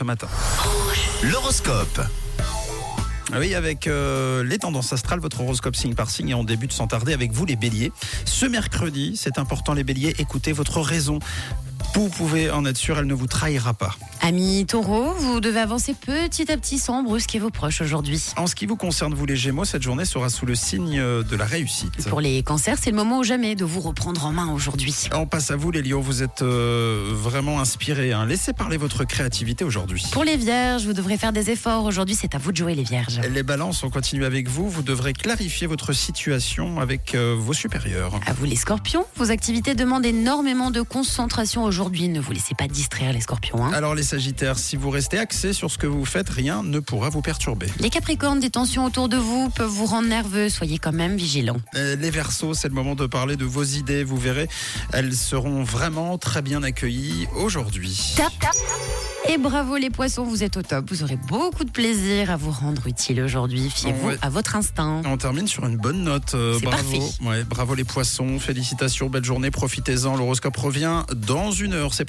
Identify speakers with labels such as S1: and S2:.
S1: ce matin.
S2: L'horoscope.
S1: Ah Oui, avec euh, les tendances astrales, votre horoscope signe par signe et on débute sans tarder avec vous les béliers. Ce mercredi, c'est important les béliers, écoutez votre raison. Vous pouvez en être sûr, elle ne vous trahira pas.
S3: Amis taureaux, vous devez avancer petit à petit sans brusquer vos proches aujourd'hui.
S1: En ce qui vous concerne, vous les gémeaux, cette journée sera sous le signe euh, de la réussite.
S3: Pour les cancers, c'est le moment ou jamais de vous reprendre en main aujourd'hui.
S1: On passe à vous les lions, vous êtes euh, vraiment inspirés. hein. Laissez parler votre créativité aujourd'hui.
S3: Pour les vierges, vous devrez faire des efforts. Aujourd'hui, c'est à vous de jouer les vierges.
S1: Les balances, on continue avec vous. Vous devrez clarifier votre situation avec euh, vos supérieurs.
S3: À vous les scorpions, vos activités demandent énormément de concentration aujourd'hui. Ne vous laissez pas distraire les scorpions. hein.
S1: Alors les Sagittaires, si vous restez axés sur ce que vous faites, rien ne pourra vous perturber.
S3: Les capricornes, des tensions autour de vous peuvent vous rendre nerveux. Soyez quand même vigilants.
S1: Euh, Les Verseaux, c'est le moment de parler de vos idées, vous verrez, elles seront vraiment très bien accueillies aujourd'hui.
S3: Tap, tap. Et bravo les poissons, vous êtes au top. Vous aurez beaucoup de plaisir à vous rendre utile aujourd'hui. Fiez-vous
S1: Ouais.
S3: à votre instinct.
S1: On termine sur une bonne note. euh,
S3: C'est
S1: bravo.
S3: parfait.
S1: Ouais, bravo les poissons. Félicitations. Belle journée. Profitez-en. L'horoscope revient dans une heure. C'est